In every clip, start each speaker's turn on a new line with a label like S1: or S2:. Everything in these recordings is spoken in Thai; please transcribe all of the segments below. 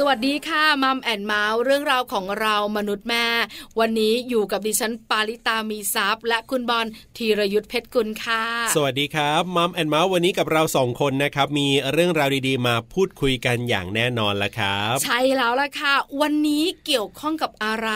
S1: สวัสดีค่ะมัมแอนเมาส์เรื่องราวของเรามนุษย์แม่ วันนี้อยู่กับดิฉันปาริตามีซัพย์ และคุณบอลธีรยุทธเพชรกุลค่ะ
S2: สวัสดีครับมัมแอนเมาส์วันนี้กับเราสองคนนะครับมีเรื่องราวดีๆ มาพูดคุยกันอย่างแน่นอนละครับ
S1: ใช่แล้วล่ะค่ะ วันนี้เกี่ยวข้องกับอะไร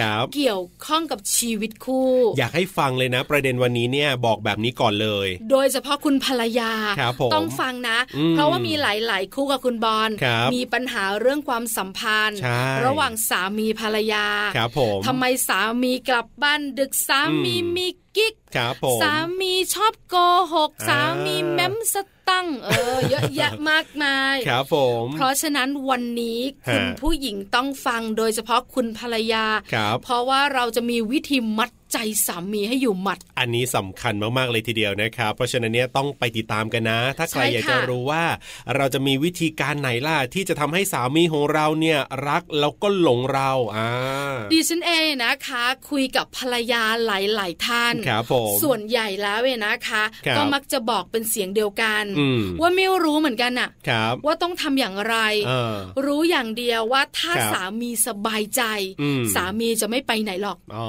S2: ครับ
S1: เกี่ยวข้องกับชีวิตคู่
S2: อยากให้ฟังเลยนะ ประเด็นวันนี้เนี่ยบอกแบบนี้ก่อนเลย
S1: โดยเฉพาะคุณภรรยา
S2: ครับผม
S1: ต้องฟังนะ
S2: อืม
S1: เพราะว่ามีหลาย ๆ คู่กับคุณบอล
S2: ครับ
S1: มีปัญหาเรื่องความสัมพันธ์
S2: ใช่
S1: ระหว่างสามีภรรยา
S2: ครับผม
S1: ทำไมสามีกลับบ้านดึกสามีมีกิ๊ก
S2: ครับผม
S1: สามีชอบโกหก
S2: อ่า
S1: สามีแม้มสตังค์เออ เยอะแยะมากมาย
S2: ครับผม
S1: เพราะฉะนั้นวันนี้คุณ
S2: ฮะ
S1: ผู้หญิงต้องฟังโดยเฉพาะคุณภรรยา
S2: ครับ
S1: เพราะว่าเราจะมีวิธีมัดใจสามีให้อยู่หมัด
S2: อันนี้สำคัญมากๆเลยทีเดียวนะครับ เพราะฉะนั้นเนี่ยต้องไปติดตามกันนะ ถ้าใคร
S1: ใช่
S2: อยาก
S1: ค่ะ
S2: จะรู้ว่า เราจะมีวิธีการไหนล่ะที่จะทำให้สามีของเราเนี่ยรักแล้วก็หลงเราอ่า
S1: ดิฉันเองนะคะ คุยกับภรรยาหลาย ๆ ท่าน
S2: ครับผม
S1: ส่วนใหญ่แล้วเนี่ยนะคะ
S2: ครับ
S1: ก็มักจะบอกเป็นเสียงเดียวกัน
S2: อืม
S1: ว่าไม่รู้เหมือนกันอะ
S2: ครับ
S1: ว่าต้องทำอย่างไร
S2: เออ
S1: รู้อย่างเดียวว่าถ้า
S2: ครับ
S1: สามีสบายใจ
S2: อืม
S1: สามีจะไม่ไปไหนหรอก
S2: อ๋อ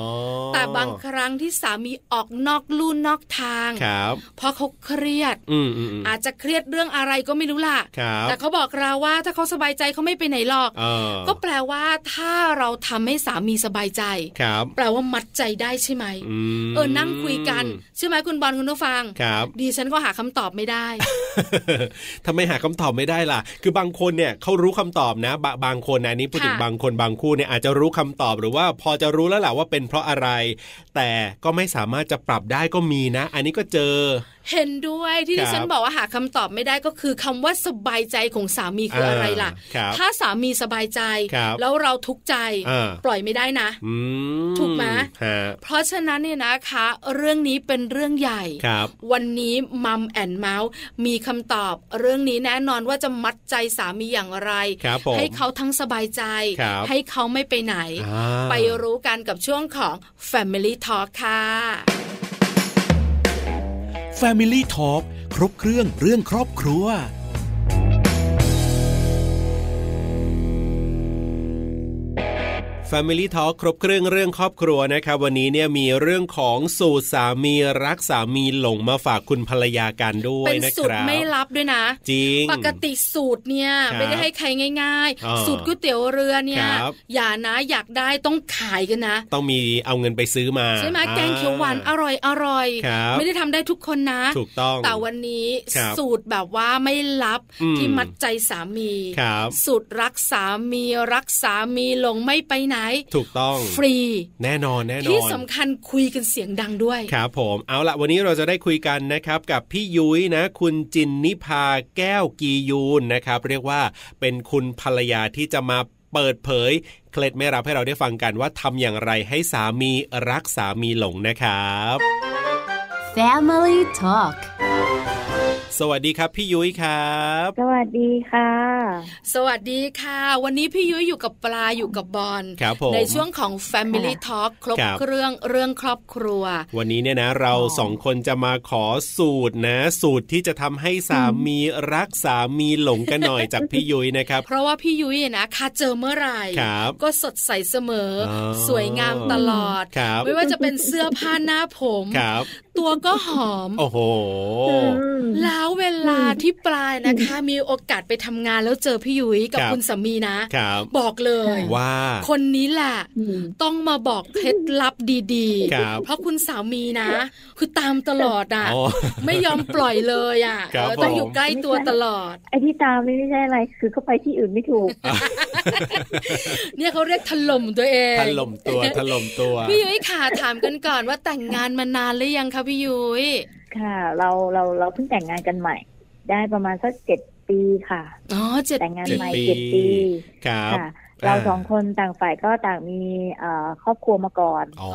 S1: แต่บางครั้งที่สามีออกนอกลู่นอกทาง
S2: ครับ
S1: เพราะเขาเครียด
S2: อืมอืมอืม
S1: อาจจะเครียดเรื่องอะไรก็ไม่รู้ล่ะ
S2: ครับ
S1: แต่เขาบอกเราว่าถ้าเขาสบายใจเขาไม่ไปไหนหรอก
S2: เออ
S1: ก็แปลว่าถ้าเราทำให้สามีสบายใจ
S2: ครับ
S1: แปลว่ามัดใจได้ใช่ไหม
S2: ม
S1: เออนั่งคุยกันใช่ไหมคุณบอลคุณผู้ฟัง
S2: ครับ
S1: ดิฉันก็หาคำตอบไม่ได้
S2: ทำไมหาคำตอบไม่ได้ล่ะ คือบางคนเนี่ยเขารู้คำตอบนะ บะบางคนนะอันนี่พูดถึง
S1: ค่ะ
S2: บางคนบางคู่เนี่ยอาจจะรู้คำตอบหรือว่าพอจะรู้แล้วแหละว่าเป็นเพราะอะไร แต่ก็ไม่สามารถจะปรับได้ก็มีนะ อันนี้ก็เจอ
S1: เห็นด้วยที่
S2: ครับ
S1: ดิฉันบอกว่าหาคำตอบไม่ได้ก็คือคำว่าสบายใจของสามีคืออะไรล่ะ
S2: อ่าครับ
S1: ถ้าสามีสบายใจ
S2: ครับ
S1: แล้วเราทุกข์ใจ
S2: อ่า
S1: ปล่อยไม่ได้นะ
S2: อืม
S1: ถูกไหม
S2: ฮะ
S1: เพราะฉะนั้นเนี่ยนะคะ เรื่องนี้เป็นเรื่องใหญ่
S2: ครับ
S1: วันนี้มัมแอนเมาส์มีคำตอบ เรื่องนี้แน่นอนว่าจะมัดใจสามีอย่างไร
S2: ครับผม
S1: ให้เขาทั้งสบายใจ
S2: ครับ
S1: ให้เขาไม่ไปไหน
S2: อ่า
S1: ไปรู้กันกับช่วงของ Family Talk ค่ะ
S3: Family Talk ครบเครื่องเรื่องครอบครัว
S2: Family Talk ครบเครื่องเรื่องครอบครัวนะครับ วันนี้เนี่ยมีเรื่องของสูตรสามีรักสามีหลงมาฝากคุณภรรยากันด้วย
S1: เป็น
S2: นะ
S1: สู
S2: ค
S1: ตร
S2: รับ
S1: ไม่ลับด้วยนะ
S2: จริง
S1: ปกติสูตรเนี่ย
S2: ครับ
S1: ไม่ได้ให้ใครง่าย
S2: อ่า
S1: ๆ สูตรก๋วยเตี๋ยวเรือเนี่ย
S2: ครับ
S1: อย่านะอยากได้ต้องขายกันนะ
S2: ต้องมีเอาเงินไปซื้อมา
S1: ใช่ไหม
S2: อ่า
S1: แกงเขียวหวานอร่อยอร่อย
S2: ครับ
S1: ไม่ได้ทำได้ทุกคนนะ
S2: ถูกต้อง
S1: แต่วันนี้
S2: ครับ
S1: สูตรแบบว่าไม่ลับ
S2: อืม
S1: ที่มัดใจสามี
S2: ครับ
S1: สูตรรักสามีรักสามีหลงไม่ไปไหน
S2: ถูกต้อง
S1: ฟรี
S2: แน่นอนแน่นอน
S1: ที่สำคัญคุยกันเสียงดังด้วย
S2: ครับผมเอาละวันนี้เราจะได้คุยกันนะครับ กับพี่ยุ้ยนะ คุณจินนิพาแก้วกียูนนะครับ เรียกว่าเป็นคุณภรรยาที่จะมาเปิดเผย เคล็ดไม่รับให้เราได้ฟังกันว่าทำอย่างไรให้สามีรักสามีหลงนะครับ
S4: Family Talk
S2: สวัสดีครับพี่ยุ้ยครับ
S5: สวัสดีค่ะ
S1: สวัสดีค่ะ วันนี้พี่ยุ้ยอยู่กับปลาอยู่กับบอล
S2: ครับผม
S1: ในช่วงของ Family Talk ครบ
S2: ครับ
S1: เครื่องเรื่องครอบครัว
S2: วันนี้เนี่ยนะเราสองคนจะมาขอสูตรนะ สูตรที่จะทำให้สามีรักสามีหลงกันหน่อยจากพี่ยุ้ยนะครับ
S1: เพราะว่าพี่ยุ้ยเนี่ยนะคะเจอเมื่อไหร่
S2: ครับ
S1: ก็สดใสเสมออ
S2: อ
S1: สวยงามตลอด
S2: ครับ
S1: ไม่ว่าจะเป็นเสื้อผ้าหน้าผม
S2: ครับ
S1: ตัวก็หอม
S2: โอ้โห
S1: แล้วเวลาที่ปลายนะคะ มีโอกาสไปทำงานแล้วเจอพี่ยุ้ยกับ
S2: ครับ
S1: คุณสามีนะ
S2: ครับ
S1: บอกเลย
S2: ว่า
S1: คนนี้แหละ ต้องมาบอกเคล็ดลับดี
S2: ครับ
S1: ๆ เพราะคุณสามีนะ คือตามตลอดอ่ะ
S2: อ๋อ
S1: ไม่ยอมปล่อยเลยอ่ะ
S2: ครับ
S1: เออต้อง
S2: ผม
S1: อยู่ใกล้ตัวตลอด
S5: ไอที่ตามนี่ไม่ใช่อะไร คือเขาไปที่อื่นไม่ถูก
S1: เนี่ยเขาเรียกถล่มตัวเอง
S2: ถล่ม ตัวถล่มตัว
S1: พี่ยุ้ยค่ะถามกันก่อนว่าแต่งงานมานานหรือยังคะพี่ยุ้ย
S5: ค่ะ เราเราเราเพิ่งแต่งงานกันใหม่ ได้ประมาณสักเจ็ดปีค่ะ
S1: อ๋อเจ็ด
S5: แต่งงาน
S1: ปี
S2: เจ็ด
S5: ใหม่
S2: ปี
S5: เจ็ดปี
S2: ครับ
S5: ค่ะ เรา
S2: อ่า
S5: สองคนต่างฝ่ายก็ต่างมีเอ่อครอบครัวมาก่อน
S2: อ๋อ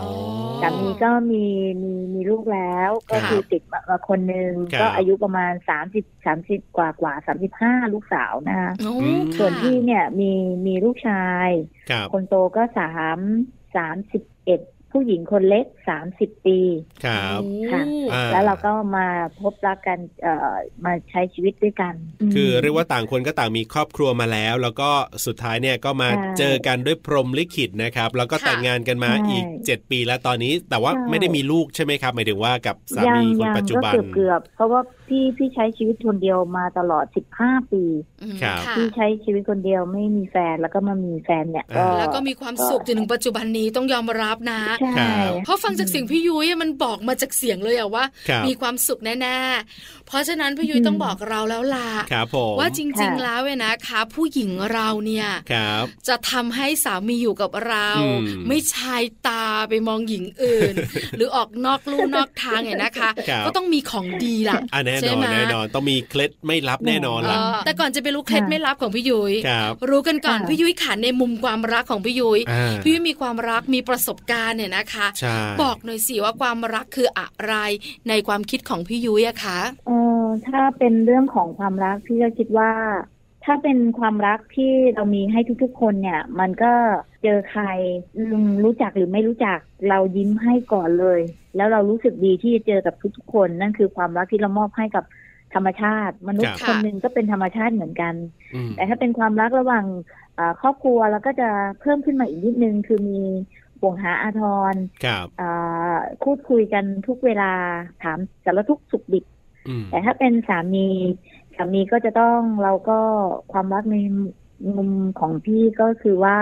S5: สามีก็มีมีมีลูกแล้ว ก็คือติดมามาคนหนึ่ง
S2: ครับ
S5: ก็อายุประมาณสามสิบสามสิบกว่ากว่าสามสิบห้าลูกสาวนะคะ
S1: โอ้
S2: อืม
S1: ค่ะ
S5: ส่วนพี่เนี่ยมีมีลูกชาย
S2: ครับ
S5: คนโตก็สามสามสิบเอ็ด ผู้หญิงคนเล็กสามสิบปี
S2: ครับ
S1: โอ้
S5: ค่ะ
S2: อ่า
S5: แล้วเราก็มาพบรักกันเอ่อมาใช้ชีวิตด้วยกัน
S2: คือเรียกว่าต่างคนก็ต่างมีครอบครัวมาแล้ว แล้วก็สุดท้ายเนี่ยก็มา
S5: ใช่
S2: เจอกันด้วยพรหมลิขิตนะครับ แล้วก็แต่งงานกันมา
S5: ใช่
S2: อีก 7 ปีแล้วตอนนี้ แต่ว่า
S5: ใช่
S2: ไม่ได้มีลูกใช่ไหมครับหมายถึงว่ากับสา
S5: ยัง
S2: มีคน
S5: ยัง
S2: ปัจจุ
S5: ก็
S2: บัน
S5: เกือบเกือบๆเพราะว่าพี่พี่ใช้ชีวิตคนเดียวมาตลอดสิบห้าปี
S1: อืม
S2: ครับ
S1: ค่ะ
S5: พี่ใช้ชีวิตคนเดียวไม่มีแฟนแล้วก็มามีแฟนเนี่ยก็
S2: อ่า
S1: แล้วก็มีความสุขจนถึงปัจจุบันนี้ต้องยอมรับนะ
S5: ใช่
S2: ครับ
S1: เพราะฟังจากเสียงพี่ยุ้ยอะมันบอกมาจากเสียงเลยอะว่า
S2: ครับ
S1: มีความสุขแน่ๆ เพราะฉะนั้นพี่ยุ้ยต้องบอกเราแล้วล่ะ
S2: ครับผม
S1: ว่าจริงๆแล้วเนี่ยนะคะ ผู้หญิงเราเนี่ย
S2: ครับ
S1: จะทำให้สามีอยู่กับเรา
S2: อืม
S1: ไม่ชายตาไปมองหญิงอื่ น หรือออกนอกลู่นอกทางเนี่ยนะคะ
S2: ครับ
S1: ก็ต้องมีของดีล่ะ
S2: อ่ะแน่น
S1: ใช่
S2: อน
S1: ไหม
S2: แน่นอนต้องมีเคล็ดไม่ลับแน่นอน
S1: เอ
S2: ล่ะ
S1: อแต่ก่อนจะไปรู้เคล็ด
S5: ค่ะ
S1: ไม่ลับของพี่ยุย้ย
S2: ครับ
S1: รู้กันก่อน
S5: ค่ะ
S1: พี่ยุ้ยขันในมุมความรักของพี่ยุย้ย
S2: อ่า
S1: พี่ยุ้ยมีความรักมีประสบการณ์เนี่ยนะคะ
S2: ใช่
S1: บอกหน่อยสิว่าความรักคืออะไรในความคิดของพี่ยุ้ยอะคะ
S5: เออถ้าเป็นเรื่องของความรักพี่ก็คิดว่า ถ้าเป็นความรักที่เรามีให้ทุกๆ คนเนี่ย มันก็เจอใครอืมรู้จักหรือไม่รู้จักเรายิ้มให้ก่อนเลย แล้วเรารู้สึกดีที่จะเจอกับทุกๆ คน นั่นคือความรักที่เรามอบให้กับธรรมชาติ มนุษย์
S1: ครับ
S5: คนหนึ่งก็เป็นธรรมชาติเหมือนกัน
S2: อืม
S5: แต่ถ้าเป็นความรักระหว่างเอ่อครอบครัวเราก็จะเพิ่มขึ้นมาอีกนิดนึง คือมีห่วงหาอาทร
S2: ครับ
S5: เอ่อพูดคุยกันทุกเวลาถามสารทุกข์สุขดิบ
S2: อืม
S5: แต่ถ้าเป็นสามีสามีก็จะต้องเราก็ความรักในมุมของพี่ก็คือว่า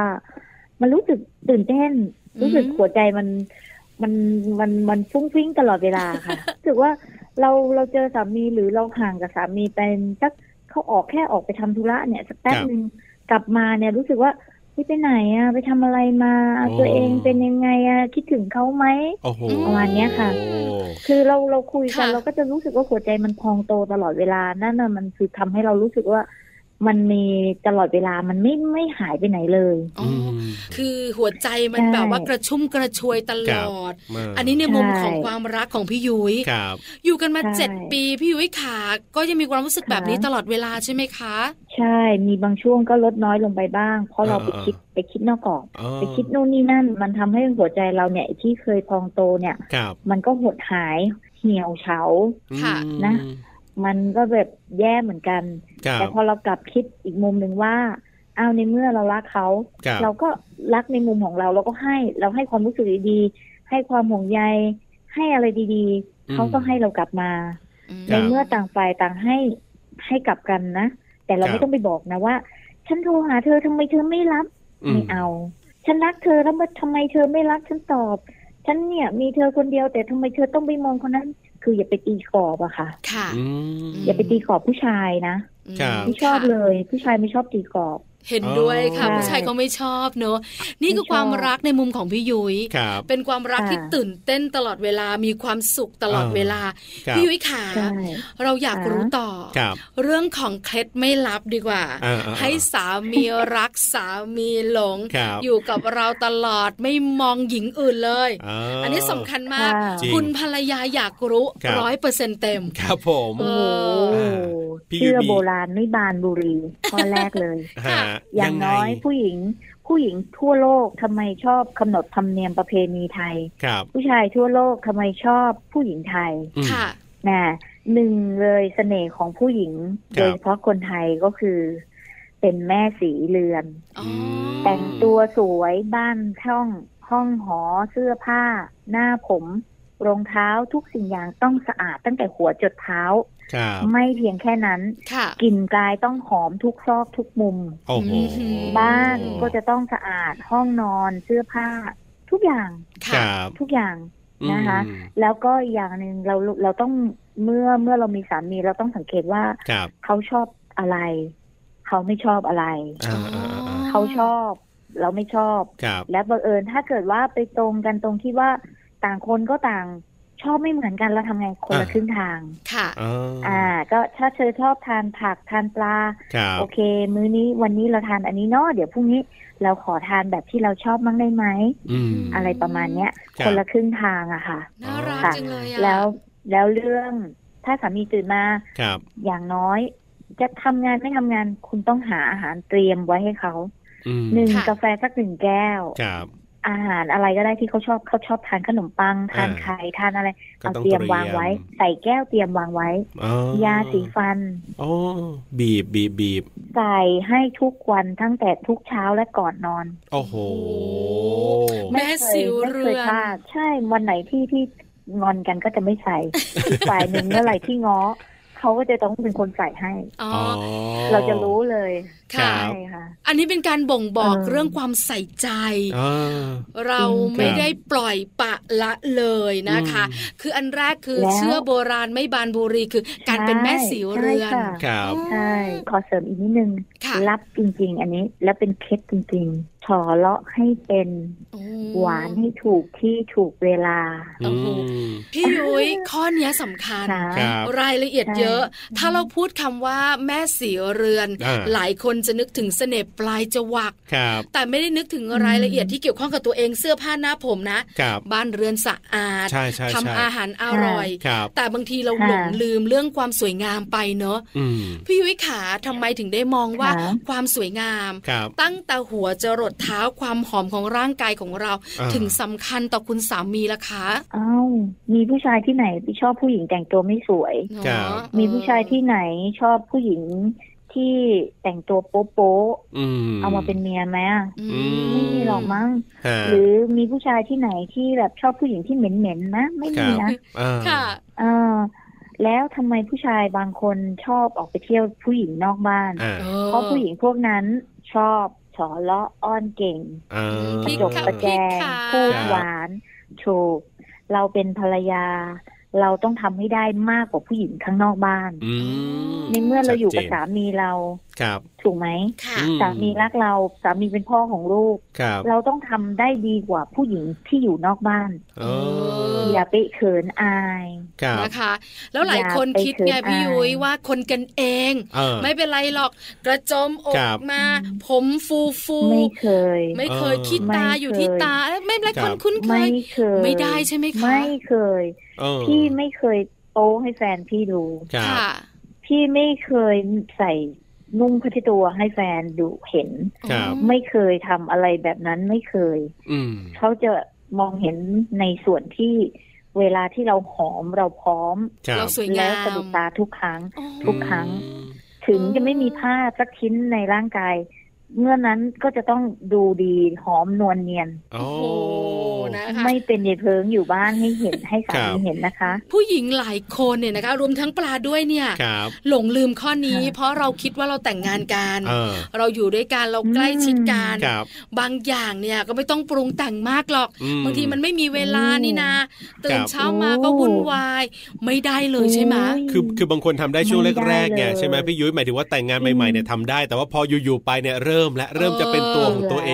S5: มันรู้สึกตื่นเต้น
S1: อืม
S5: รู้สึกหัวใจมันมันมันมันฟุ้งฟิ้งตลอดเวลาค่ะ รู้สึกว่าเราเราเจอสามีหรือเราห่างกับสามีเป็นสักเขาออกแค่ออกไปทำธุระเนี่ยสักแป๊บหนึ่งกลับมาเนี่ยรู้สึกว่าเฮ้ยไปไหนอะไปทำอะไรมา ตัวเองเป็นยังไงอะคิดถึงเขาไหม
S2: โอ้โห
S5: ประมาณเนี้ยค่ะ
S2: โอ้
S5: คือเราเราคุยกัน
S1: ค่ะ
S5: เราก็จะรู้สึกว่าหัวใจมันพองโตตลอดเวลานั่นน่ะมันคือทำให้เรารู้สึกว่า มันมีตลอดเวลามันไม่ไม่หายไปไหนเลย
S1: อ๋ออ
S2: ม
S1: คือหัวใจมัน
S5: ใช่
S1: แบบว่ากระชุ่มกระชวยตล
S2: ครับ
S1: อด
S2: มา
S1: อันนี้ในมุม
S5: ใช่
S1: ของความรักของพี่ยุย้ย
S2: ครับ
S1: อยู่กันมา
S5: ใช่
S1: เจ็ดปีพี่ยุ้ยขาก็ยังมีความรู้สึก
S5: ค่ะ
S1: แบบนี้ตลอดเวลาใช่ไหมคะ
S5: ใช่ มีบางช่วงก็ลดน้อยลงไปบ้าง เพราะเรา
S2: อ่า
S5: ไปคิดไปคิดนอกกรอบ
S2: อ๋อ
S5: ไปคิดนู่นนี่นั่น มันทำให้หัวใจเราเนี่ยที่เคยพองโตเนี่ย
S2: ครับ
S5: มันก็หดหายเหี่ยวเฉา
S1: ค่ะ
S2: อืม
S5: นะ มันก็แบบแย่เหมือนกัน
S2: ครับ
S5: แต่พอเรากลับคิดอีกมุมหนึ่งว่าอ้าวในเมื่อเรารักเขา
S2: ครับ
S5: เราก็รักในมุมของเราเราก็ให้เราให้ความรู้สึกดีๆให้ความห่วงใย ให้อะไรดี
S2: อืม
S5: ๆเขาก็ให้เรากลับมา
S2: ค
S5: ใน
S2: รับ
S5: เมื่อต่างฝ่ายต่างให้ให้กลับกันนะ แต่เรา
S2: ครับ
S5: ไม่ต้องไปบอกนะว่า ฉันโทรหาเธอทำไมเธอไม่รับ
S2: อืม
S5: ไม่เอา ฉันรักเธอแล้วทำไมเธอไม่รักฉันตอบ ฉันเนี่ยมีเธอคนเดียวแต่ทำไมเธอต้องไปมองคนนั้น คืออย่าไปตีกรอบอะค่ะ
S1: ค่ะ
S2: อืม
S1: อืม
S5: อย่าไปตีกรอบผู้ชายนะครับ ไม่ชอบ
S1: ค่ะ
S5: เลย ผู้ชายไม่ชอบตีกรอบ
S1: เห็นด้วยค่ะ
S5: ใช่
S1: ผู้ชายก็ไม่ชอบเนอะนี่คือ
S5: ไม่ชอบ
S1: ความรักในมุมของพี่ยุย้ย
S2: ครับ
S1: เป็นความรัก
S5: ค่ะ
S1: ที่ตื่นเต้นตลอดเวลามีความสุขตลอด
S2: อ่า
S1: เวลา
S2: ครับ
S1: พี่ยุ้ยขา
S5: ใช่
S1: เราอยาก
S5: ค่ะ
S1: รู้ต่อ
S2: ครับ
S1: เรื่องของเคล็ดไม่ลับดีกว่า
S2: อ่าอ่า
S1: ให้
S2: อ่า
S1: สามีรักสามีหลง
S2: ครับ
S1: อยู่กับเราตลอดไม่มองหญิงอื่นเลย อันนี้สำคัญมาก
S5: ค่ะ
S2: จริง
S1: คุณภรรยาอยากรู้
S2: ครับ
S1: ร้อยเปอร์เซ็นเต็ม
S2: ครับผม
S1: เอ
S5: โอ้
S1: อ
S5: โห
S2: อ่าพี่
S5: เชื่อ
S2: มี
S5: โบราณไม่บานบุรีข้อแรก เลย
S2: ฮะ
S5: อย่างน้อย
S2: งไง
S5: ผู้หญิง ผู้หญิงทั่วโลกทำไมชอบกำหนดธรรมเนียมประเพณีไทย
S2: ครับ
S5: ผู้ชายทั่วโลกทำไมชอบผู้หญิงไทย
S2: อืม
S1: ค่ะ
S5: นะหนึ่งเลยเสน่ห์ของผู้หญิง
S2: ครับ
S5: โดยเฉพาะคนไทยก็คือ เป็นแม่สีเรือน
S1: อ๋อ
S2: ม
S5: แต่งตัวสวยบ้านช่องห้องหอเสื้อผ้า หน้าผม รองเท้าทุกสิ่งอย่างต้องสะอาดตั้งแต่หัวจดเท้า
S2: ครับ
S5: ไม่เพียงแค่นั้น
S1: ค่ะ
S5: กลิ่นกายต้องหอมทุกซอกทุกมุม
S2: โอ้โห
S1: อืม
S5: บ้านก็จะต้องสะอาดห้องนอนเสื้อผ้า ทุกอย่าง
S2: ค
S1: ค่ะ
S2: รับ
S5: ทุกอย่าง นะคะ
S2: อืม
S5: แล้วก็อีกอย่างหนึ่งเราเราต้องเมื่อเมื่อเรามีสามีเราต้องสังเกตว่า
S2: ครับ
S5: เขาชอบอะไร เขาไม่ชอบอะไร
S2: อ่าอ่าอ่าอ่า
S5: เขาชอบ เราไม่ชอบ
S2: ครับ
S5: และบังเอิญถ้าเกิดว่าไปตรงกันตรงที่ว่าต่างคนก็ต่างชอบไม่เหมือนกันเราทำไงคนละครึ่งทาง
S1: ค่ะ
S2: อ่า
S5: อ่า ก็ถ้าเธอชอบทานผักทานปลา
S2: ครับ
S5: โอเค มื้อนี้วันนี้เราทานอันนี้เนาะเดี๋ยวพรุ่งนี้เราขอทานแบบที่เราชอบมั่งได้ไหม
S2: อืม
S5: อะไรประมาณเนี้ย
S2: ครับ
S5: คนละครึ่งทางอะค่ะ
S1: น่ารักจังเลยอะ
S5: แล้วแล้วเรื่องถ้าสามีตื่นมา
S2: ครับ
S5: อย่างน้อย จะทำงานไม่ทำงานคุณต้องหาอาหารเตรียมไว้ให้เขา
S2: อืม
S5: หนึ่งกาแฟสักหนึ่งแก้ว
S2: ครับ
S5: อาหารอะไรก็ได้ที่เขาชอบเขาชอบทานขนมปังทาน
S2: อ่า
S5: ไข่ทานอะไร
S2: ก็
S5: เอา
S2: ต้อง
S5: เตรียม
S2: เตรี
S5: วางไว้ ใส่แก้วเตรียมวางไว้
S2: อ๋อย
S5: าสีฟัน
S2: อ๋อบีบบีบบีบ
S5: ใส่ให้ทุกวันตั้งแต่ทุกเช้าและก่อนนอน
S2: โอ้โห
S1: แม่
S5: เคย
S1: สิว
S5: ไม่
S1: เรื
S5: เคย
S1: อน
S5: พลาดใช่วันไหนที่ที่งอนกันก็จะไม่ใส่ อีกฝ่ายหนึ่งเมื่อไหร่ที่ง้อเขาก็จะต้องเป็นคนใส่ให้
S1: อ๋อ
S5: เราจะรู้เลย
S2: ครั
S1: ค่ะ
S2: บ
S5: ใช่ค่ะ
S1: อันนี้เป็นการบ่งบอก
S5: เออ
S1: เรื่องความใส่ใจ
S2: อ่า
S1: เราไม่ได้ปล่อยปะละเลยนะคะ
S2: อืม
S1: คืออันแรกคือ
S5: แล้ว
S1: เชื่อโบราณไม่บานบุรีคือการเป็นแม่สิวเรือน
S5: ใช่ค่ะ
S2: ครับ
S5: ใช่ขอเสริมอีกนิดนึง
S1: ค่ะ
S5: รับจริง ๆ อันนี้แล้วเป็นเคล็ดจริงๆถอเลาะให้เป็น
S1: โอ้
S5: หวานให้ถูกที่ถูกเวลา
S2: อืม
S1: พี่ยุ้ยข้อเนี้ยสำคัญ
S5: ค่ะ
S2: ครับ
S1: รายละเอียดเยอะ
S5: ใช่
S1: ถ้าเราพูดคำว่าแม่สีเรือน
S2: อ่า
S1: หลายคนจะนึกถึงเสน่ห์ปลายจวัก
S2: ครับ
S1: แต่ไม่ได้นึกถึงรายละเอียดที่เกี่ยวข้องกับตัวเองเสื้อผ้าหน้าผมนะ
S2: ครับ
S1: บ้านเรือนสะอาด
S2: ใช่ใช่
S1: ทำ
S2: ใช่
S1: อาหารอร่อย
S2: ครับ
S1: แต่บางทีเรา
S5: ค่ะ
S1: หลงลืมเรื่องความสวยงามไปเนอะ
S2: อืม
S1: พี่ยุ้ยขาทำไมถึงได้มองว่า
S5: ค่ะ
S1: ความสวยงาม
S2: ครับ
S1: ตั้งแต่หัวจรดเท้าความหอมของร่างกายของเรา
S2: อ่า
S1: ถึงสำคัญต่อคุณสามีล่ะคะ
S5: อ้าวมีผู้ชายที่ไหนที่ชอบผู้หญิงแต่งตัวไม่สวย
S1: เนอะ
S2: ครับ
S5: มีผู้ชายที่ไหนชอบผู้หญิงที่แต่งตัวโป๊ะโป๊ะ
S2: อืม
S5: ๆเอามาเป็นเมียไหมอะ
S1: อื
S2: อื
S5: ไม่มีหรอกมั้ง
S2: ฮะ
S5: หรือมีผู้ชายที่ไหนที่แบบชอบผู้หญิงที่เหม็นๆนะไม่มีนะ
S2: อ่า
S1: ค่ะ
S5: เออแล้วทำไมผู้ชายบางคนชอบออกไปเที่ยวผู้หญิงนอกบ้าน
S2: อ่า
S5: เพราะผู้หญิงพวกนั้นชอบฉอเลาะอ้อนเก่ง
S2: อ่า
S1: พี่
S5: จก
S1: ค่ะ
S5: ประแจ
S1: พี่
S5: ง
S1: ค่ะ
S5: พูด
S2: ครับ
S5: หวานถูกเราเป็นภรรยา เราต้องทำให้ได้มากกว่าผู้หญิงข้างนอกบ้าน
S2: อืม
S5: ในเมื่อเราอยู่กับ
S2: ชัดจน
S5: สามีเรา
S2: ครับ
S5: ถูกไหม
S1: ค่ะ
S2: อื
S5: สามีรักเราสามีเป็นพ่อของลูก
S2: ครับ
S5: เราต้องทำได้ดีกว่าผู้หญิงที่อยู่นอกบ้าน
S2: เออ
S5: อย่าไปเขินอาย
S2: ครับ
S1: นะคะ แล้วหลายคนคิดไง
S5: อย่าไป
S1: พี่ยุ้ย
S5: เขินอาย
S1: ว่าคนกันเอง
S2: เออ
S1: ไม่เป็นไรหรอกกระจมอก
S2: ครับ
S1: มา ผมฟูฟู
S5: ไม่เคย
S1: ไม่เคย
S2: เออ
S1: ขี้ตาอยู่ที่ตาเอ้ยไม่เป็นไร
S2: ค
S1: ค
S2: รับ
S1: นคุ้นเค
S5: ไม่
S1: ย
S5: เคย
S1: ไม่ได้ใช่ไหมคะ
S5: ไม่เคย
S2: เออ
S5: พี่ไม่เคยโป้ให้แฟนพี่ดู
S2: ครับ
S1: ค่ะ
S5: พี่ไม่เคยใส่นุ่งผ้าเช็ดตัวให้แฟนดูเห็น
S2: ครับ
S5: ไม่เคยทำอะไรแบบนั้นไม่เคย
S2: อืม
S5: เขาจะมองเห็นในส่วนที่เวลาที่เราหอมเราพร้อม
S2: ครับ
S1: เราสวย
S5: แล้
S1: งาว ม
S5: สะดุดตาทุกครั้ง
S1: โอ้
S5: ทุกครั้ง ถึงจะไม่มีผ้าสักชิ้นในร่างกาย เมื่อนั้นก็จะต้องดูดีหอมนวลเนียน
S2: โอ้
S1: โอ้โหนะคะ
S5: ไม่เป็นเยายเพิงอยู่บ้านให้เห็นให้สา
S2: ครั
S5: มี
S2: บ
S5: เห็นนะคะ
S1: ผู้หญิงหลายคนเนี่ยนะคะ รวมทั้งปลาด้วยเนี่ย
S2: ครับ
S1: หลงลืมข้อนี้
S5: ค่ะ
S1: เพราะเราคิดว่าเราแต่งงานกัน
S2: เออ
S1: เราอยู่ด้วยกันเราใกล้ชิดกัน
S2: ครับ
S1: บางอย่างเนี่ยก็ไม่ต้องปรุงแต่งมากหรอก
S2: อืม
S1: บางทีมันไม่มีเวลา
S5: อืม
S1: นี่นาตื่น
S2: ครับ
S1: เช้ามาก็วุ่นวาย ไม่ได้เลยใช่ไหม
S2: คือคือบางคนทำได้ช่วง
S5: ไม่ได้
S2: แรกๆเนี่ย
S5: เลย
S2: ใช่ไหมพี่ยุ้ยหมายถึงว่าแต่งงานใหม่ๆเนี่ยทำได้ แต่ว่าพออยู่ๆไปเนี่ยเริ่มและเริ่มจะเป็นตัวของตัว
S5: เอ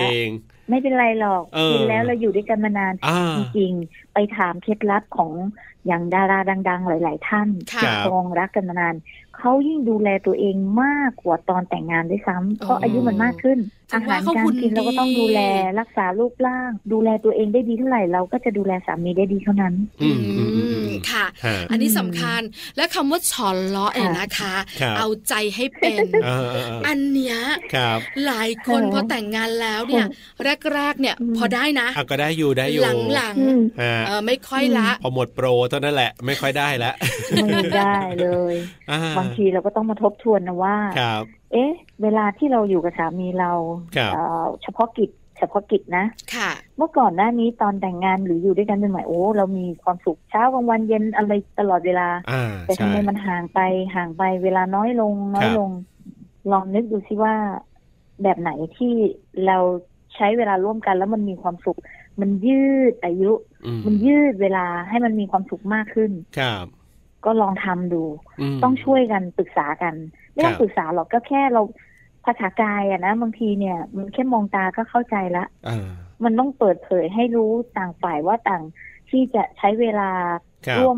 S2: เอง
S5: อไม่เป็นไรหรอก
S2: เออ
S5: กินแล้วเราอยู่ด้วยกันมานาน
S2: อ่า
S5: จริงๆไปถามเคล็ดลับของอย่างดาราดัง ๆ หลาย ๆ ท่าน
S1: ค่ะ
S5: ครองรักกันมานานเขายิ่งดูแลตัวเองมากกว่าตอนแต่งงานด้วยซ้ำเพราะอายุมันมากขึ้น
S1: ถึ
S5: อาง หา
S1: ว่ารเขา
S5: การ
S1: หุ่น
S5: กินเราก็ต้องดูแลรักษารูปร่าง ดูแลตัวเองได้ดีเท่าไหร่เราก็จะดูแลสามีได้ดีเท่านั้น
S2: อืมอืมอืมอืม
S1: ค่ะ
S2: ฮะ
S1: อันนี้สำคัญและคำว่าฉอนเลาะเนี่ยนะคะ
S2: ครับ
S1: เอาใจให้เป็น
S2: เออเออเออ
S1: อันเนี้ย
S2: ครับ
S1: หลายคน
S5: เออ
S1: พอแต่งงานแล้วเนี่ย แรกๆเนี่ย
S5: อืม
S1: พอได้นะ
S2: อ่ะก็ได้อยู่ได้อยู่
S1: หลัง
S5: อืม
S2: ฮะ
S1: ๆเออไม่ค่อยละ
S2: พอหมดโปรเท่านั้นแหละไม่ค่อยได้ละ
S5: ไม่ได้เลย
S2: อ่
S5: บางทีเราก็ต้องมาทบทวนนะว่า
S2: ครับ
S5: เอ๊ะ เวลาที่เราอยู่กับสามีเรา
S2: ครับ
S5: เอ่อเฉพาะกิจ เฉพาะกิจนะ
S1: ค่ะ
S5: เมื่อก่อนหน้านี้ตอนแต่งงานหรืออยู่ด้วยกันเป็นใหม่ๆโอ้ เรามีความสุขเช้ากลางวันเย็นอะไรตลอดเวลา
S2: อ่า
S5: แต่ทำ
S2: ใช่
S5: ไมมันห่างไปห่างไปเวลาน้อยลงน้อ
S2: ครั
S5: ย
S2: บ
S5: ลง ลองนึกดูซิว่า แบบไหนที่เราใช้เวลาร่วมกันแล้วมันมีความสุข มันยืดอายุ
S2: อืม
S5: มันยืดเวลาให้มันมีความสุขมากขึ้น
S2: ครับ
S5: ก็ลองทำดู
S2: ม
S5: ต้องช่วยกันปรึกษากัน ไม่ต้
S2: ค
S5: อ
S2: รั
S5: ง
S2: บ
S5: ปรึกษาหรอกก็แค่เราภาษากายอะนะบางทีเนี่ย มันแค่มองตาก็เข้าใจละ
S2: อ่า
S5: มันต้องเปิดเผยให้รู้ต่างฝ่ายว่าต่างที่จะใช้เวลา
S2: ครับ
S5: ร่วม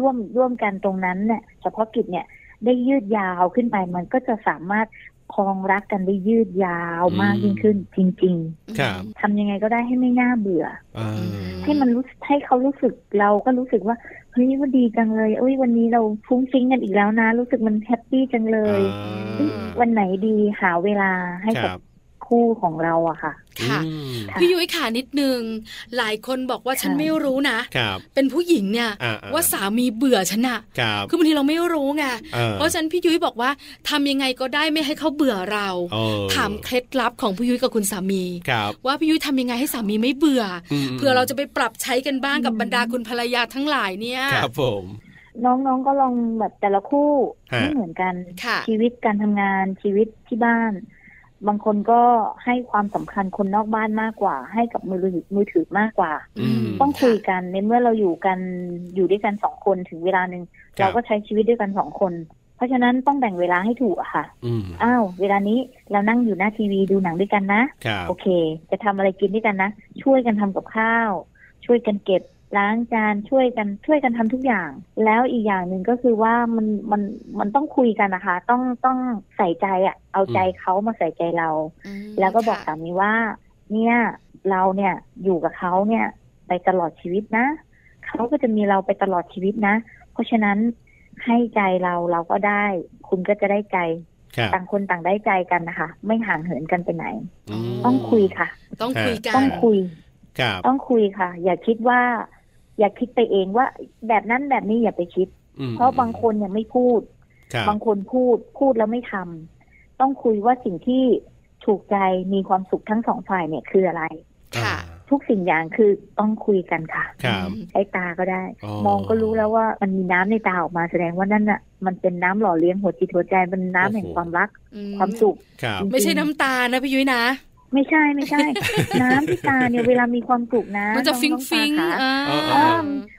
S5: ร่วมร่วมกันตรงนั้นเนี่ยเฉพาะกิจเนี่ยได้ยืดยาวขึ้นไป มันก็จะสามารถครองรักกันได้ยืดยาวมากยิ่งขึ้น จริง
S2: ครับ
S5: ๆทำยังไงก็ได้ให้ไม่น่าเบื่อ
S2: อ่า
S1: อืม
S5: ให้มันรู้สึกให้เขารู้สึกเราก็รู้สึกว่าเฮ้ยวันดีจังเลยเอ้ยวันนี้เราฟุ้งฟิ้งกันอีกแล้วนะ รู้สึกมันแฮปปี้จังเลย
S2: อ่า
S5: เอ้ยวันไหนดีหาเวลาให้
S2: ค
S5: กับ
S2: รับ
S5: ค คู่ของเราอะค่ะ
S1: ค่ะ
S2: อืม
S1: พี่ยุ้ยค่ะนิดนึง หลายคนบอกว่าฉัน
S5: ค่ะ
S1: ไม่รู้นะ
S2: ครับ
S1: เป็นผู้หญิงเนี่ย
S2: อ่า
S1: ว่าสามีเบื่อฉันอะ
S2: ครับ
S1: คือบางทีเราไม่รู้ไง
S2: อ่
S1: เพราะฉะนั้นพี่ยุ้ยบอกว่าทำยังไงก็ได้ไม่ให้เขาเบื่อเรา
S2: เออ
S1: ถามเคล็ดลับของพี่ยุ้ยกับคุณสามี
S2: ครับ
S1: ว่าพี่ยุ้ยทำยังไงให้สามีไม่เบื่ออ
S2: ม
S1: เพื่อเราจะไปปรับใช้กันบ้างกับ
S5: อืม
S1: บรรดาคุณภรรยาทั้งหลายเนี่ย
S2: ครับผม
S5: น้องๆก็ลองแบบแต่ละคู่
S2: ฮะ
S5: ไม่เหมือนกัน
S1: ค่ะ
S5: ชีวิตการทำงานชีวิตที่บ้าน บางคนก็ให้ความสำคัญคนนอกบ้านมากกว่า ให้กับมือถือมือถือมากกว่า
S2: อืม
S1: ม
S5: ต้องคุย
S1: ะ
S5: กันในเมื่อเราอยู่กันอยู่ด้วยกันสองคนถึงเวลาหนึ่ง
S2: ครั
S5: เรา
S2: บ
S5: ก็ใช้ชีวิตด้วยกันสองคน เพราะฉะนั้นต้องแบ่งเวลาให้ถูกอะค่ะ
S2: อืม
S5: อ้าวเวลานี้เรานั่งอยู่หน้าทีวีดูหนังด้วยกันนะ
S2: ครับ
S5: โอเค จะทำอะไรกินด้วยกันนะ ช่วยกันทำกับข้าว ช่วยกันเก็บล้างจานช่วยกันช่วยกันทำทุกอย่าง แล้วอีกอย่างหนึ่งก็คือว่ามันมันมันต้องคุยกันนะคะ ต้องต้องใส่ใจอะเอาใจเขามาใส่ใจเรา
S1: อืม
S5: แล้วก็บอกสา
S1: ค่ะ
S5: มีว่า เนี่ยเราเนี่ยอยู่กับเขาเนี่ยไปตลอดชีวิตนะเขาก็จะมีเราไปตลอดชีวิตนะ เพราะฉะนั้นให้ใจเราเราก็ได้ คุณก็จะได้ใจ
S2: ครับ
S5: ต่างคนต่างได้ใจกันนะคะ ไม่ห่างเหินกันไปไหน
S2: ม
S5: ต้องคุยค่ะ
S1: ต้องคุยกัน
S5: ต้องคุย
S2: ครับ
S5: ต้องคุยค่ะ อย่าคิดว่า อย่าคิดไปเองว่า แบบนั้นแบบนี้อย่าไปคิด
S2: อืม
S5: เพราะบางคนเนี่ยไม่พูด
S2: ครับ
S5: บางคนพูดพูดแล้วไม่ทำต้องคุยว่าสิ่งที่ถูกใจมีความสุขทั้งสองฝ่ายเนี่ยคืออะไร
S2: อ่า
S1: ค่ะ
S5: ทุกสิ่งอย่างคือต้องคุยกันค่ะ
S2: ครับ
S5: ใช้ตาก็ได้
S2: อ๋อ
S5: มองก็รู้แล้วว่ามันมีน้ำในตาออกมาแสดงว่านั่นน่ะ มันเป็นน้ำหล่อเลี้ยงหัวจิตหัวใจเป็นน้ำแห่งความรัก
S1: อื
S5: ความสุข
S2: ครับ
S1: ไม่ใช่น้ำตานะพี่ยุ้ยนะ
S5: ไม่ใช่ไม่ ใช่ น้ำที่ตาเนี่ยเวลามีความสุขนะ
S1: มันจะ
S5: อง
S1: ฟิง
S5: อง
S1: ฟิง
S5: ตาค่ะ
S1: อ่า
S2: เออ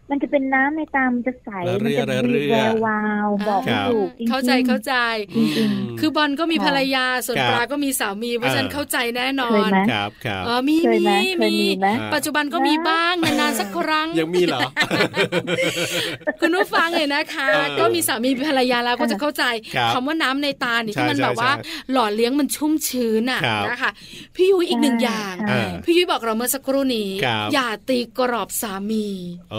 S5: มันจะเป็นน้ำในตา มันจะใส
S2: ระเรื่
S5: มั
S2: อ
S5: จะ
S2: ระเรื่
S5: มี
S2: อ
S5: แวววาวบอกไม่ถูกจริงๆ
S1: เข้าใจเข้าใจ
S5: จริง
S2: ม
S1: คือบอลก็มีภรรยาส่วน
S2: ครับ
S1: ปลาก็มีสามีเพราะฉะนั้น
S2: เออ
S1: เข้าใจแน่นอ
S5: เคย
S1: น
S5: ไหม
S2: ครับครับ
S1: เออมี
S5: เคยไหม
S1: มี
S5: เคยมีไหม
S2: อ่า
S1: ปัจจุบันก็มีบ้างนานๆสักครั้ง
S2: ยังมีเหรอ
S1: คุณผู้ฟังเนี่ยนะคะ
S2: เออ
S1: ก็มีสามีภรรยาแล้วก็จะเข้าใจ
S2: ครับ
S1: คำว่าน้ำในตาเนี่ยที่มัน
S2: ใช่
S1: แบบว่า
S2: ใช่
S1: หล่อเลี้ยงมันชุ่มชื้นอ่ะ
S2: ครับ
S1: นะคะพี่ยุ้ยอีกหนึ่งอย่าง
S5: ใช่
S2: อ่า
S1: พี่ยุ้ยบอกเราเมื่อสักครู่นี้
S2: ครับ
S1: อย่าตีกรอบสามี
S2: เอ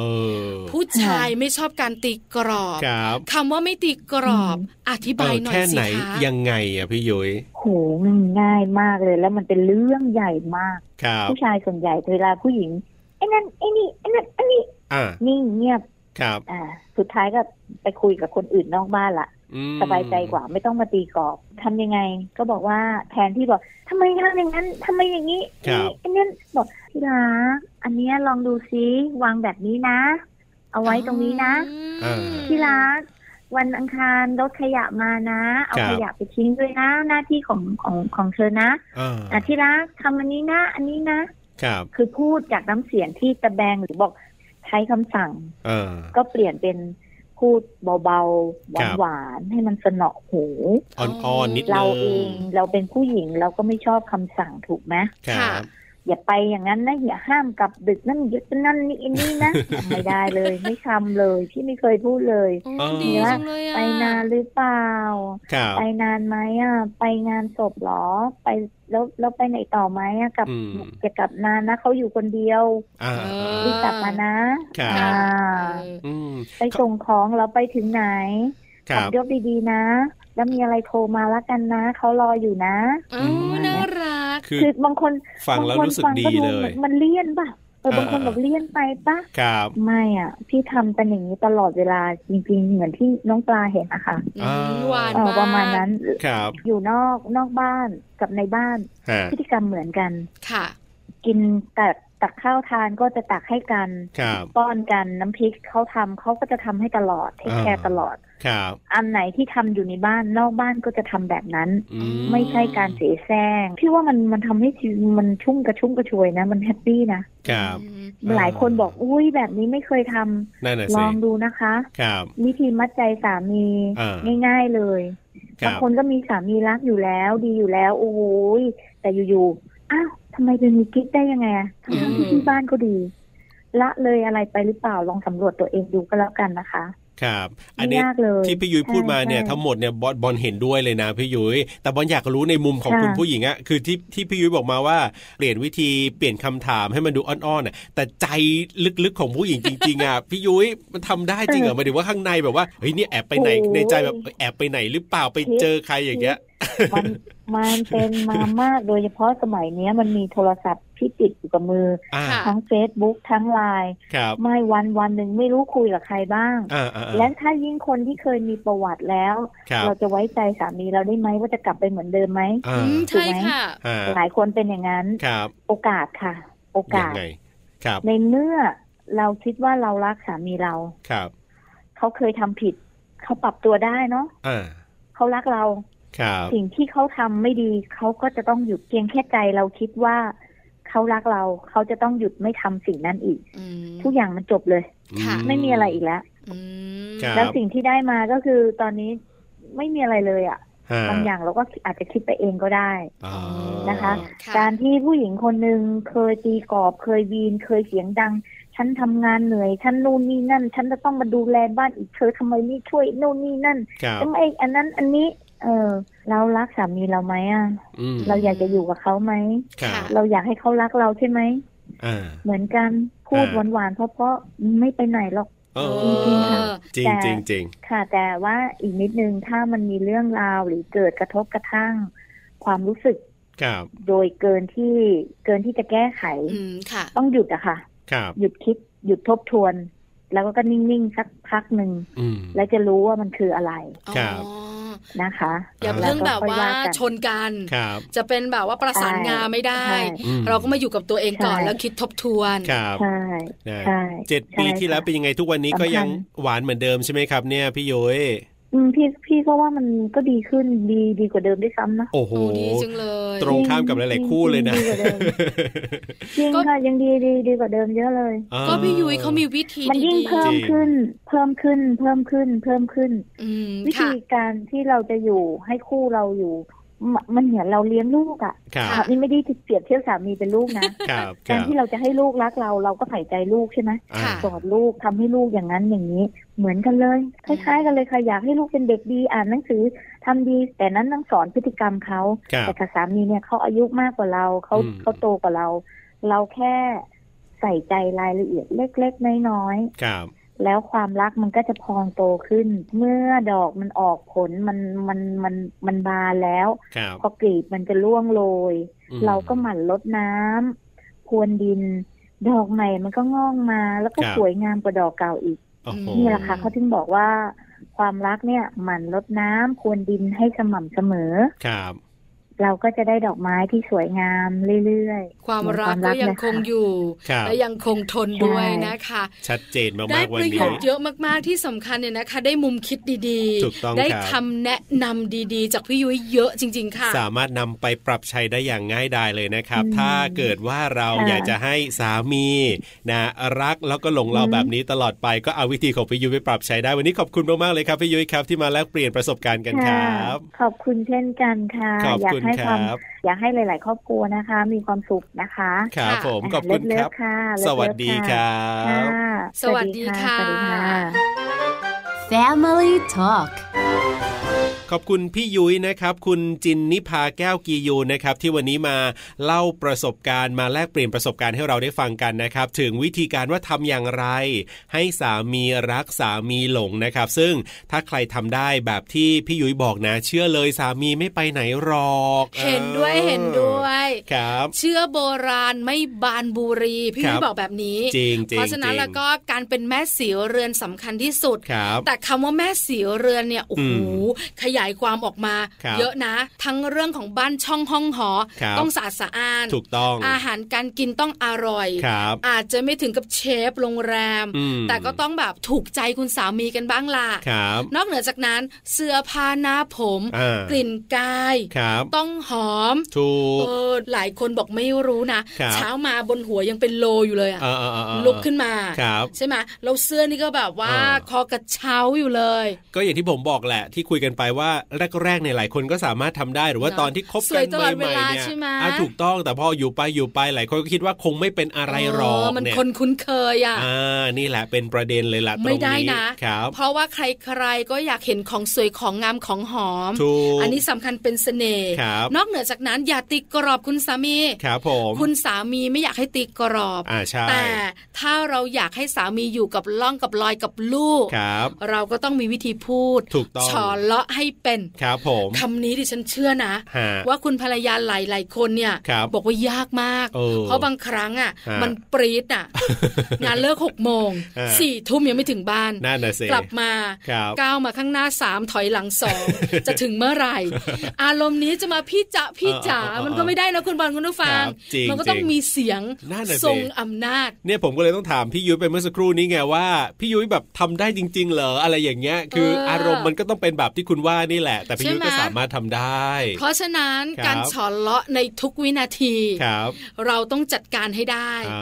S2: อ
S1: ผู้ชายไม่ชอบการตีกรอบ
S2: ครับ
S1: คำว่าไม่ตีกรอบ อ
S2: เอบ
S1: ธิาย
S2: อ
S1: หน่อย
S2: แค่
S1: สิ
S2: ไหน
S1: คะ
S2: ยังไงอ่ะพี่ยุ้ย
S5: โหง่ายมากเลย แล้วมันเป็นเรื่องใหญ่มาก
S2: ครับ
S5: ผู้ชายส่วนใหญ่เวลาผู้หญิงไอ้นั่นไอ้นี่ไอ้นั่นไอ้นี่
S2: อ่า
S5: นิ่งเงียบ
S2: ครับ
S5: อ่า สุดท้ายก็ไปคุยกับคนอื่นนอกบ้านละ
S2: อืม
S5: สบายใจกว่าไม่ต้องมาตีกรอบทำยังไง ก็บอกว่าแทนที่บอกทำไมทำอย่างนั้นทำไมอย่างนี้ไอ้นั่นบอกที่รักอันเนี้ยลองดูซิวางแบบนี้นะ เอาไว้ตรงนี้นะ
S1: อืม
S5: ที่รักวันอังคารรถขยะมานะ เอาขยะไปทิ้งด้วยนะ หน้าที่ของของของเธอนะ
S2: อ่า
S5: อ่ะที่รักทำอันนี้นะ อันนี้นะ
S2: ครับ
S5: คือพูดจากน้ำเสียงที่ตะแบงหรือบอกใช้คำสั่ง
S2: เออ
S5: ก็เปลี่ยนเป็นพูดเบาๆ ห
S2: ครั
S5: วาน
S2: บ
S5: ๆ ให้มันสนอหู
S2: อ่อน
S1: อ๋
S2: อ่
S1: อ
S2: อนนิด
S5: เรา
S2: นึ
S5: เองเราเป็นผู้หญิงเราก็ไม่ชอบคำสั่งถูกไหม
S2: ครับ
S5: อย่าไปอย่างนั้นนะอย่าห้ามกลับดึกนั่นยึดนั่นนี่อันนี่นะ ไม่ได้เลยไม่ทำเลยพี่ไม่เคยพูดเลย
S1: โอ้
S2: เออ
S1: ดีจังเลยอ่ะ
S5: ไปนานหรือเปล่า
S2: ครับ
S5: ไปนานไหมอ่ะ ไปงานศพเหรอ ไปแล้วแล้วไปไหนต่อไหมอ่ะกลับ
S2: อืม
S5: จะกลับนานนะเขาอยู่คนเดียว
S2: อ่า
S1: เออ
S5: รีบกลับมานะครับ อ่า
S2: อืม
S5: ไปส่งของแล้วไปถึงไหน
S2: ค
S5: ขั
S2: รับ
S5: ยกดีๆนะ แล้วมีอะไรโทรมาละกันนะเขารออยู่นะ
S1: เอออ
S2: ม
S1: น่ารัก
S2: คือ
S5: คือบางคน
S2: ฟัง
S5: บาง
S2: แล้ว
S5: คน
S2: รู้สึก
S5: ฟัง
S2: ดี
S5: ก็ดู
S2: เล
S5: เหมื
S2: ย
S5: อนมันเลี่ยนป่ะเออบางคน
S2: อ่า
S5: บอกเลี่ยนไปป่ะ
S2: ครับ
S5: ไม่อ่ะ พี่ทำเป็นอย่างนี้ตลอดเวลาจริง ๆ เหมือนที่น้องปลาเห็นอะค่ะ
S1: อืมหวาน
S5: เออ
S1: มาก
S5: ประมาณนั้น
S2: ครับ
S5: อยู่นอกนอกบ้านกับในบ้าน
S2: ฮะ
S5: พฤติกรรมเหมือนกัน
S1: ค่ะ
S5: กินตักตักข้าวทานก็จะตักให้กัน
S2: ครับ
S5: ป้อนกันน้ำพริกเขาทำเขาก็จะทำให้ตลอดเทคแคร์ตลอด
S2: ครับ
S5: อันไหนที่ทำอยู่ในบ้านนอกบ้านก็จะทำแบบนั้น
S2: อื
S5: ไม่ใช่การเสียแซงพี่ว่ามันมันทำให้ชีวิตมันชุ่มกระชุ่มกระชวยนะ มันแฮปปี้นะครับ
S1: อืม
S2: อ่า
S5: หลายคนบอกอุ้ยแบบนี้ไม่เคยทำ
S2: นั่นน่ะ
S5: ล
S2: สิ
S5: องดูนะคะ
S2: ครับ
S5: วิธีมัดใจสามี
S2: อ่า
S5: ง่าย ๆเลย
S2: ค
S5: บาง
S2: รับ
S5: คนก็มีสามีรักอยู่แล้วดีอยู่แล้ว โอ้โหยแต่อยู่ๆอ้าวทำไมเป็นมีกิ๊กได้ยังไงอะทั้งๆที่ที่บ้านก็ดี ละเลยอะไรไปหรือเปล่าลองสำรวจตัวเองดูก็แล้วกันนะคะ
S2: ครับ อัน
S5: ไม่
S2: นี้
S5: ยากเลย
S2: ที่พี่ยุ้ยพูดมาเนี่ย
S5: ใช่
S2: ทั้งหมดเนี่ยบอลบอลเห็นด้วยเลยนะพี่ยุ้ยแต่บอลอยากรู้ในมุมของ
S5: ค่ะ
S2: คุณผู้หญิงอะคือที่ที่พี่ยุ้ยบอกมาว่าเปลี่ยนวิธีเปลี่ยนคำถามให้มันดูอ่อนๆน่ะแต่ใจลึกๆของผู้หญิงจริงๆอะ พี่ยุ้ยมันทำได้จริงเหรอหมายถึงว่าข้างในแบบว่าเฮ้ยเนี่ยแอบไปไหน
S5: โอ้โห
S2: ในใจแบบแอบไปไหนหรือเปล่าไปเจอใครอย่างเงี้ย
S5: มัน มันเป็นมาม่าโดยเฉพาะสมัยเนี้ยมันมีโทรศัพท์ที่ติดอยู่กับมือ
S2: อ่า
S1: ค่ะ
S5: ทั้ง Facebook ทั้งไลน์
S2: ครับ
S5: ไม่วันวันหนึ่งไม่รู้คุยกับใครบ้าง
S2: อ่าอ่า
S5: และถ้ายิ่งคนที่เคยมีประวัติแล้ว
S2: ครับ
S5: เราจะไว้ใจสามีเราได้ไหมว่าจะกลับไปเหมือนเดิมไหม
S2: อ่า
S1: อืมใช่ค่ะ
S2: อ่า
S5: หลายคนเป็นอย่างนั้น
S2: ครับ
S5: โอกาสค่ะ โอกา
S2: ยั
S5: ส
S2: งไงครับ
S5: ในเมื่อเราคิดว่าเรารักสามีเรา
S2: ครับ
S5: เขาเคยทำผิด เขาปรับตัวได้เนาะ
S2: อ่า
S5: เขารักเรา
S2: ครับ
S5: สิ่งที่เขาทำไม่ดี เขาก็จะต้องหยุดเพียงแค่ใจเราคิดว่าเขารักเรา เขาจะต้องหยุดไม่ทำสิ่งนั้นอีก
S1: อืม
S5: ทุกอย่างมันจบเลย
S1: ค่ะ
S2: อื
S5: ไม่มีอะไรอีกแล้ว
S1: อืม
S2: ครับ
S5: แล้วสิ่งที่ได้มาก็คือตอนนี้ไม่มีอะไรเลยอะ
S2: ฮะ
S5: บางอย่างเราก็อาจจะคิดไปเองก็ได้
S2: อ๋อ
S5: นะคะ การที่ผู้หญิงคนหนึ่งเคยตีกรอบ เคยวีน เคยเสียงดัง ฉันทำงานเหนื่อย ฉันนู่นนี่นั่น ฉันจะต้องมาดูแลบ้านอีกเธอทำไมไม่ช่วยนู่นนี่นั่น
S2: ครับ
S5: ทำไมอันนั้นอันนี้ เออ เรารักสามีเราไหมอ่ะ
S2: อืม
S5: เราอยากจะอยู่กับเขาไหม
S2: ครับ
S5: เราอยากให้เขารักเราใช่ไหม
S2: อ่า
S5: เหมือนกันพูด
S2: อ่า
S5: หวานๆเพราะๆไม่ไปไหนหรอก
S2: เอ
S1: เอ
S2: อ
S1: อ
S2: จริงจริงจริง
S5: ค่ะ แต่ว่าอีกนิดนึงถ้ามันมีเรื่องราวหรือเกิดกระทบกระทั่ง ความรู้สึก
S2: ครับ
S5: โดยเกินที่เกินที่จะแก้ไข
S1: อืมค่ะ
S5: ต้องหยุดอะค่ะ
S2: ครับ
S5: หยุดคิดหยุดทบทวน แล้วก็นิ่งๆสักพักหนึ่ง
S2: อืม
S5: แล้วจะรู้ว่ามันคืออะไร
S2: ครับ
S1: อ๋อ
S5: นะคะ
S1: อย่า
S2: อ่า
S1: เพิ่งแบบ
S5: ล้ก็ค่อย
S1: ว่า
S5: กัน
S1: ชนกัน
S2: ครับ
S1: จะเป็นแบบว่าประสานงาไม่ได้
S5: ใช่
S2: อื
S1: เราก็มาอยู่กับตัวเองก่อน
S5: ใช่
S1: แล้วคิดทบทวน
S2: ครับ
S5: ใช่
S2: นะ
S5: ใช่
S2: เจ็ดปี
S5: ใช่
S2: ที่แล้ว
S5: ค่ะ
S2: เป็นยังไงทุกวันนี้ก็
S5: สำคัญ
S2: ยังหวานเหมือนเดิมใช่ไหมครับเนี่ยพี่ยุ้ย
S5: อืมพี่พี่ก็ว่ามันก็ดีขึ้นดีดีกว่าเดิมด้วยซ้ำนะ
S2: โอ้โห
S1: โอ้ดีจังเลย
S2: ตรงข้ามกับหลายๆคู่เลยนะ
S5: ดีกว่าเดิม จริงค่ะยังดีดีดีกว่าเดิมเยอะเลย
S2: อ่า
S1: ก็พี่ยุ้ยเขามีวิธี
S5: มันยิ่ง
S1: ดี
S5: เพิ่ม
S2: จริง
S5: ขึ้น เพิ่มขึ้น เพิ่มขึ้น เพิ่มขึ้น
S1: ๆอืม
S5: วิ
S1: ค่ะ
S5: ธีการที่เราจะอยู่ให้คู่เราอยู่มมันเหมือนเราเลี้ยงลูกอ่ะ
S2: ครับ
S1: ค่ะ
S5: นี่ไม่ได้เปรียบเทียบสามีเป็นลูกนะครับ
S2: ค
S5: การ
S2: รับ
S5: ที่เราจะให้ลูกรักเราเราก็ใส่ใจลูกใช่ไหม
S2: อ่า
S1: ค่ะ
S5: สอนลูกทำให้ลูกอย่างนั้นอย่างนี้ เหมือนกันเลย คล้าย ๆ กันเลยค่ะอยากให้ลูกเป็นเด็กดีอ่านหนังสือทำดี แต่นั้นต้องสอนพฤติกรรมเขา
S2: ครับ
S5: แต่กับสามีเนี่ยเขาอายุมากกว่าเราเขา
S2: อืม
S5: เขาโตกว่าเรา เราแค่ใส่ใจรายละเอียดเล็กๆน้อยๆ
S2: ครับ
S5: แล้วความรักมันก็จะพองโตขึ้น เมื่อดอกมันออกผลมันมันมันมันบานแล้ว
S2: ครับ
S5: พอกรีบมันจะร่วงโรย
S2: อืม
S5: เราก็หมั่นลดน้ำพรวนดิน ดอกใหม่มันก็งอกมา แล้วก็สวยงามกว่าดอกเก่าอีก
S2: โอ้โห
S5: นี่แหละค่ะเขาถึงบอกว่า ความรักเนี่ยหมั่นลดน้ำพรวนดินให้สม่ำเสมอ
S2: ครับ
S5: เราก็จะได้ดอกไม้ที่สวยงามเรื่อยๆ
S1: ความรัก
S5: เหมือน
S1: ก็ยังคง
S5: เล
S1: อยู่
S2: ครับ
S1: และยังคงทนด้วยนะคะ
S2: ชัดเจนมา
S1: ได้
S2: กๆวั
S1: ป
S2: น
S1: ระโย
S2: นี้
S1: ชน์เยอะมากๆที่สำคัญเนี่ยนะคะ ได้มุมคิดดี
S2: ถูกต้อง
S1: ได้
S2: ครับ
S1: คำแนะนำดีๆ จากพี่ยุ้ยเยอะจริง ๆ ค่ะ
S2: สามารถนำไปปรับใช้ได้อย่างง่ายดายเลยนะครับ
S5: อืม
S2: ถ้าเกิดว่าเรา
S5: ค่ะ
S2: อยากจะให้สามีนะรักแล้วก็หลงเรา
S5: อืม
S2: แบบนี้ตลอดไปก็เอาวิธีของพี่ยุ้ยไปปรับใช้ได้วันนี้ขอบคุณมากๆเลยครับพี่ยุ้ยครับที่มาแลกเปลี่ยนประสบการณ์
S5: ย
S2: กันค
S5: ค่ะ
S2: รับ
S5: ขอบคุณเช่นกันค่ะ
S2: ขอบ
S5: อยาก
S2: คุณ
S5: ให้
S2: ค
S5: ความ
S2: รับ
S5: อยากให้หลาย ๆ ครอบครัวนะคะ มีความสุขนะคะ
S2: ครับ
S1: ค่ะ
S2: ผม
S5: า
S2: ขอบคุณ
S5: เลิ
S2: ค
S5: ฟ
S2: รับ
S5: ๆค่ะเลิฟๆ
S2: สวัสดีครั
S5: ค่ะ
S2: บ
S1: สวัสดีค่ะ
S5: สวัสดีค่ะ
S4: Family Talk
S2: ขอบคุณพี่ยุ้ยนะครับ คุณจินนิพาแก้วกียูนะครับ ที่วันนี้มาเล่าประสบการณ์มาแลกเปลี่ยนประสบการณ์ให้เราได้ฟังกันนะครับ ถึงวิธีการว่าทำอย่างไร ให้สามีรักสามีหลงนะครับ ซึ่งถ้าใครทำได้แบบที่พี่ยุ้ยบอกนะ เชื่อเลยสามีไม่ไปไหนหรอก
S1: เห็นด้วย
S2: ออ
S1: เห็นด้วย
S2: ครับ
S1: เชื่อโบราณไม่บานบุรี พี่
S2: ครับ
S1: ยุ้ยบอกแบบนี้
S2: จริงจริง
S1: เพราะฉะนั้น
S2: จง
S1: แล้วก็การเป็นแม่สีเรือนสำคัญที่สุด
S2: ครับ
S1: แต่คำว่าแม่สีเรือนเนี่ยโอ้
S2: อื
S1: โห
S2: ม
S1: ขยายความออกมา
S2: ครับ
S1: เยอะนะ ทั้งเรื่องของบ้านช่องห้องหอ
S2: ครับ
S1: ต้องสะอาดสะอ้าน
S2: ถูกต้อง
S1: อาหารการกินต้องอร่อย
S2: ครับ
S1: อาจจะไม่ถึงกับเชฟโรงแรม
S2: อืม
S1: แต่ก็ต้องแบบถูกใจคุณสามีกันบ้างล่ะ
S2: ครับ
S1: นอกเหนือจากนั้นเสื้อผ้าหน้าผม
S2: อ่าก
S1: กลิ่นกาย
S2: ครับ
S1: ต้องหอม
S2: ถู
S1: เอก อหลายคนบอกไม่รู้นะ
S2: ครับ
S1: เช้ามาบนหัวยังเป็นโลอยู่เลยอะ
S2: เออเออเออเออ
S1: ลุกขึ้นมา
S2: ครับ
S1: ใช่ไหมแล้วเสื้อนี่ก็แบบว่า
S2: อ่า
S1: คอกระเช้าอยู่เลย
S2: ก็อย่างที่ผมบอกแหละที่คุยกันไปว่าแรกๆในยหลายคนก็สามารถทำได้หรือว่า
S1: เนอะ
S2: ตอนที่คบ
S1: ส
S2: กั
S1: วย
S2: น
S1: ตลอด
S2: ใหม่ๆ
S1: เว
S2: เนี่ย
S1: ลาใช่ไหม
S2: อ่ะถูกต้องแต่พออยู่ไปอยู่ไปหลายคนก็คิดว่าคงไม่เป็นอะไรหรอก
S1: เมัน
S2: เนี่ย
S1: คนคุ้นเคยอ่ะ
S2: อ่านี่แหละเป็นประเด็นเลยล่ะตรงนี้
S1: ไม่ได้นะ
S2: ครับ
S1: เพราะว่าใครๆก็อยากเห็นของสวยของงามของหอม
S2: ถูก
S1: อันนี้สำคัญเป็นเสน่ห์
S2: ครับ
S1: นอกเหนือจากนั้นอย่าตีกรอบคุณสามี
S2: ครับผม
S1: คุณสามีไม่อยากให้ตีกรอบ
S2: อ่าใช่
S1: แต่ถ้าเราอยากให้สามีอยู่กับล่องกับลอยกับลูก
S2: ครับ
S1: เราก็ต้องมีวิธีพูด
S2: ถูกต้อง
S1: ฉอนเลาะให้ เป็น
S2: ครับผม
S1: คำนี้ดิฉันเชื่อนะ
S2: ฮะ
S1: ว่าคุณภรรยาหลายๆคนเนี่ย
S2: ครับ
S1: อกว่ายากมาก
S2: เออ
S1: เพราะบางครั้งอ่ะ
S2: ฮะ
S1: มันปรีดอ่ะ งานเลิกหกโมง
S2: ฮะ
S1: สี่ทุ่มยังไม่ถึงบ้าน
S2: นั่นน่ะสิ
S1: กลับมา
S2: ครับ
S1: ก้าวมาข้างหน้าสามถอยหลังส อง จะถึงเมื่อไหร่ อารมณ์นี้จะมาพี่จ๋าพี่จ๋า
S2: เออเออเออ
S1: มันก็ไม่ได้นะคุณบอลคุณผู้ฟัง
S2: ครับจริง
S1: มัก็ต้อง
S2: จริง
S1: มีเสียง
S2: นั่นน่ะสิ
S1: ทรงอำนาจ
S2: เนี่ยผมก็เลยต้องถามพี่ยุ้ยไปเมื่อสักครู่นี้ไงว่าพี่ยุ้ยแบบทำได้จริง ๆ เหรออะไรอย่างเงี้ย คือ
S1: เอออ
S2: อารมณ์มันก็ต้องเป็นแบบที่คุณว่านี่แหละ แต่พี่ยุ้ย
S1: ใช่ไหม
S2: ก็สามารถทำได้
S1: เพราะฉะนั้น
S2: ครับ
S1: การฉอนเลาะในทุกวินาที
S2: ครับ
S1: เราต้องจัดการให้ได้
S2: อ่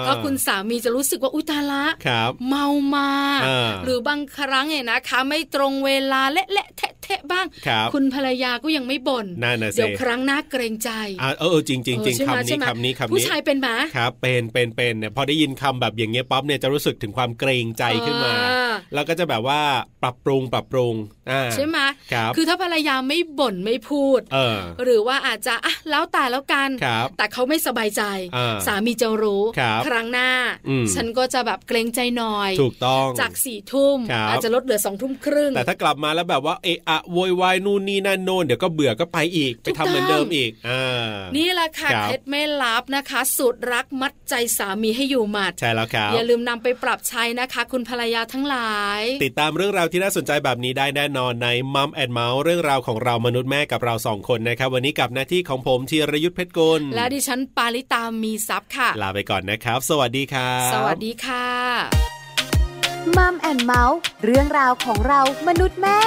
S1: เพราะคุณสามีจะรู้สึกว่าอุยตายละ
S2: ครับ
S1: เมามา
S2: อ่า
S1: หรือบางครั้งเนี่ยนะคะ ไม่ตรงเวลาเละเละๆแทะๆบ้าง
S2: ครับ
S1: คุณภรรยาก็ยังไม่บ่น
S2: นั่นน่ะ
S1: เดี๋
S2: สิ
S1: ยวครั้งหน้าเกรงใจ
S2: อ่าเออเออจริงจริงจริง
S1: เออใช่ไหมใช่ไหม
S2: คำนี้คำนี้คำ
S1: ผู้
S2: นี้
S1: ชายเป็นไหม
S2: ครับเป็นเป็นเป็นเนี่ยพอได้ยินคำแบบอย่างเงี้ยปั๊บเนี่ยจะรู้สึกถึงความเกรงใจขึ้นมา
S1: อ่
S2: แล้วก็จะแบบว่าปรับปรุงปรับปรุงอ่า
S1: ใช่ไหม
S2: ครับ
S1: คือถ้าภรรยาไม่บ่นไม่พูด
S2: เออ
S1: หรือว่าอาจจะอ่ะแล้วแต่แล้วกัน
S2: ครับ
S1: แต่เขาไม่สบายใจ
S2: อ่า
S1: สามีจะรู้
S2: ครับ
S1: ครั้งหน้า
S2: อืม
S1: ฉันก็จะแบบเกรงใจหน่อย
S2: ถูกต้อง
S1: จากสี่ทุ่ม
S2: ครับ
S1: อาจจะลดเหลือสองทุ่มครึ่ง
S2: แต่ถ้ากลับมาแล้วแบบว่าเอะอะโวยวายนู่นนี่นั่นโน่นเดี๋ยวก็เบื่อก็ไปอีกไปทำเหมือนเดิมอีกอ่า
S1: นี่แหละค่ะ
S2: ครับ
S1: เคล็ดไม่ลับนะคะ สูตรรักมัดใจสามีให้อยู่หมัด
S2: ใช่แล้วครับ
S1: อย่าลืมนำไปปรับใช้นะคะ คุณภรรยาทั้งหลาย
S2: ติดตามเรื่องราวที่น่าสนใจแบบนี้ได้แน่นอนในมัมแอนเมาส์เรื่องราวของเรามนุษย์แม่กับเราสองคนนะครับ วันนี้กับหน้าที่ของผมธีรยุทธเพชรกุล
S1: และดิฉันปาริตามีซัพ์ค่ะ
S2: ลาไปก่อนนะครับ สวัสดีครับ
S1: สวัสดีค่ะ
S4: มัมแอนเมาส์เรื่องราวของเรามนุษย์แม่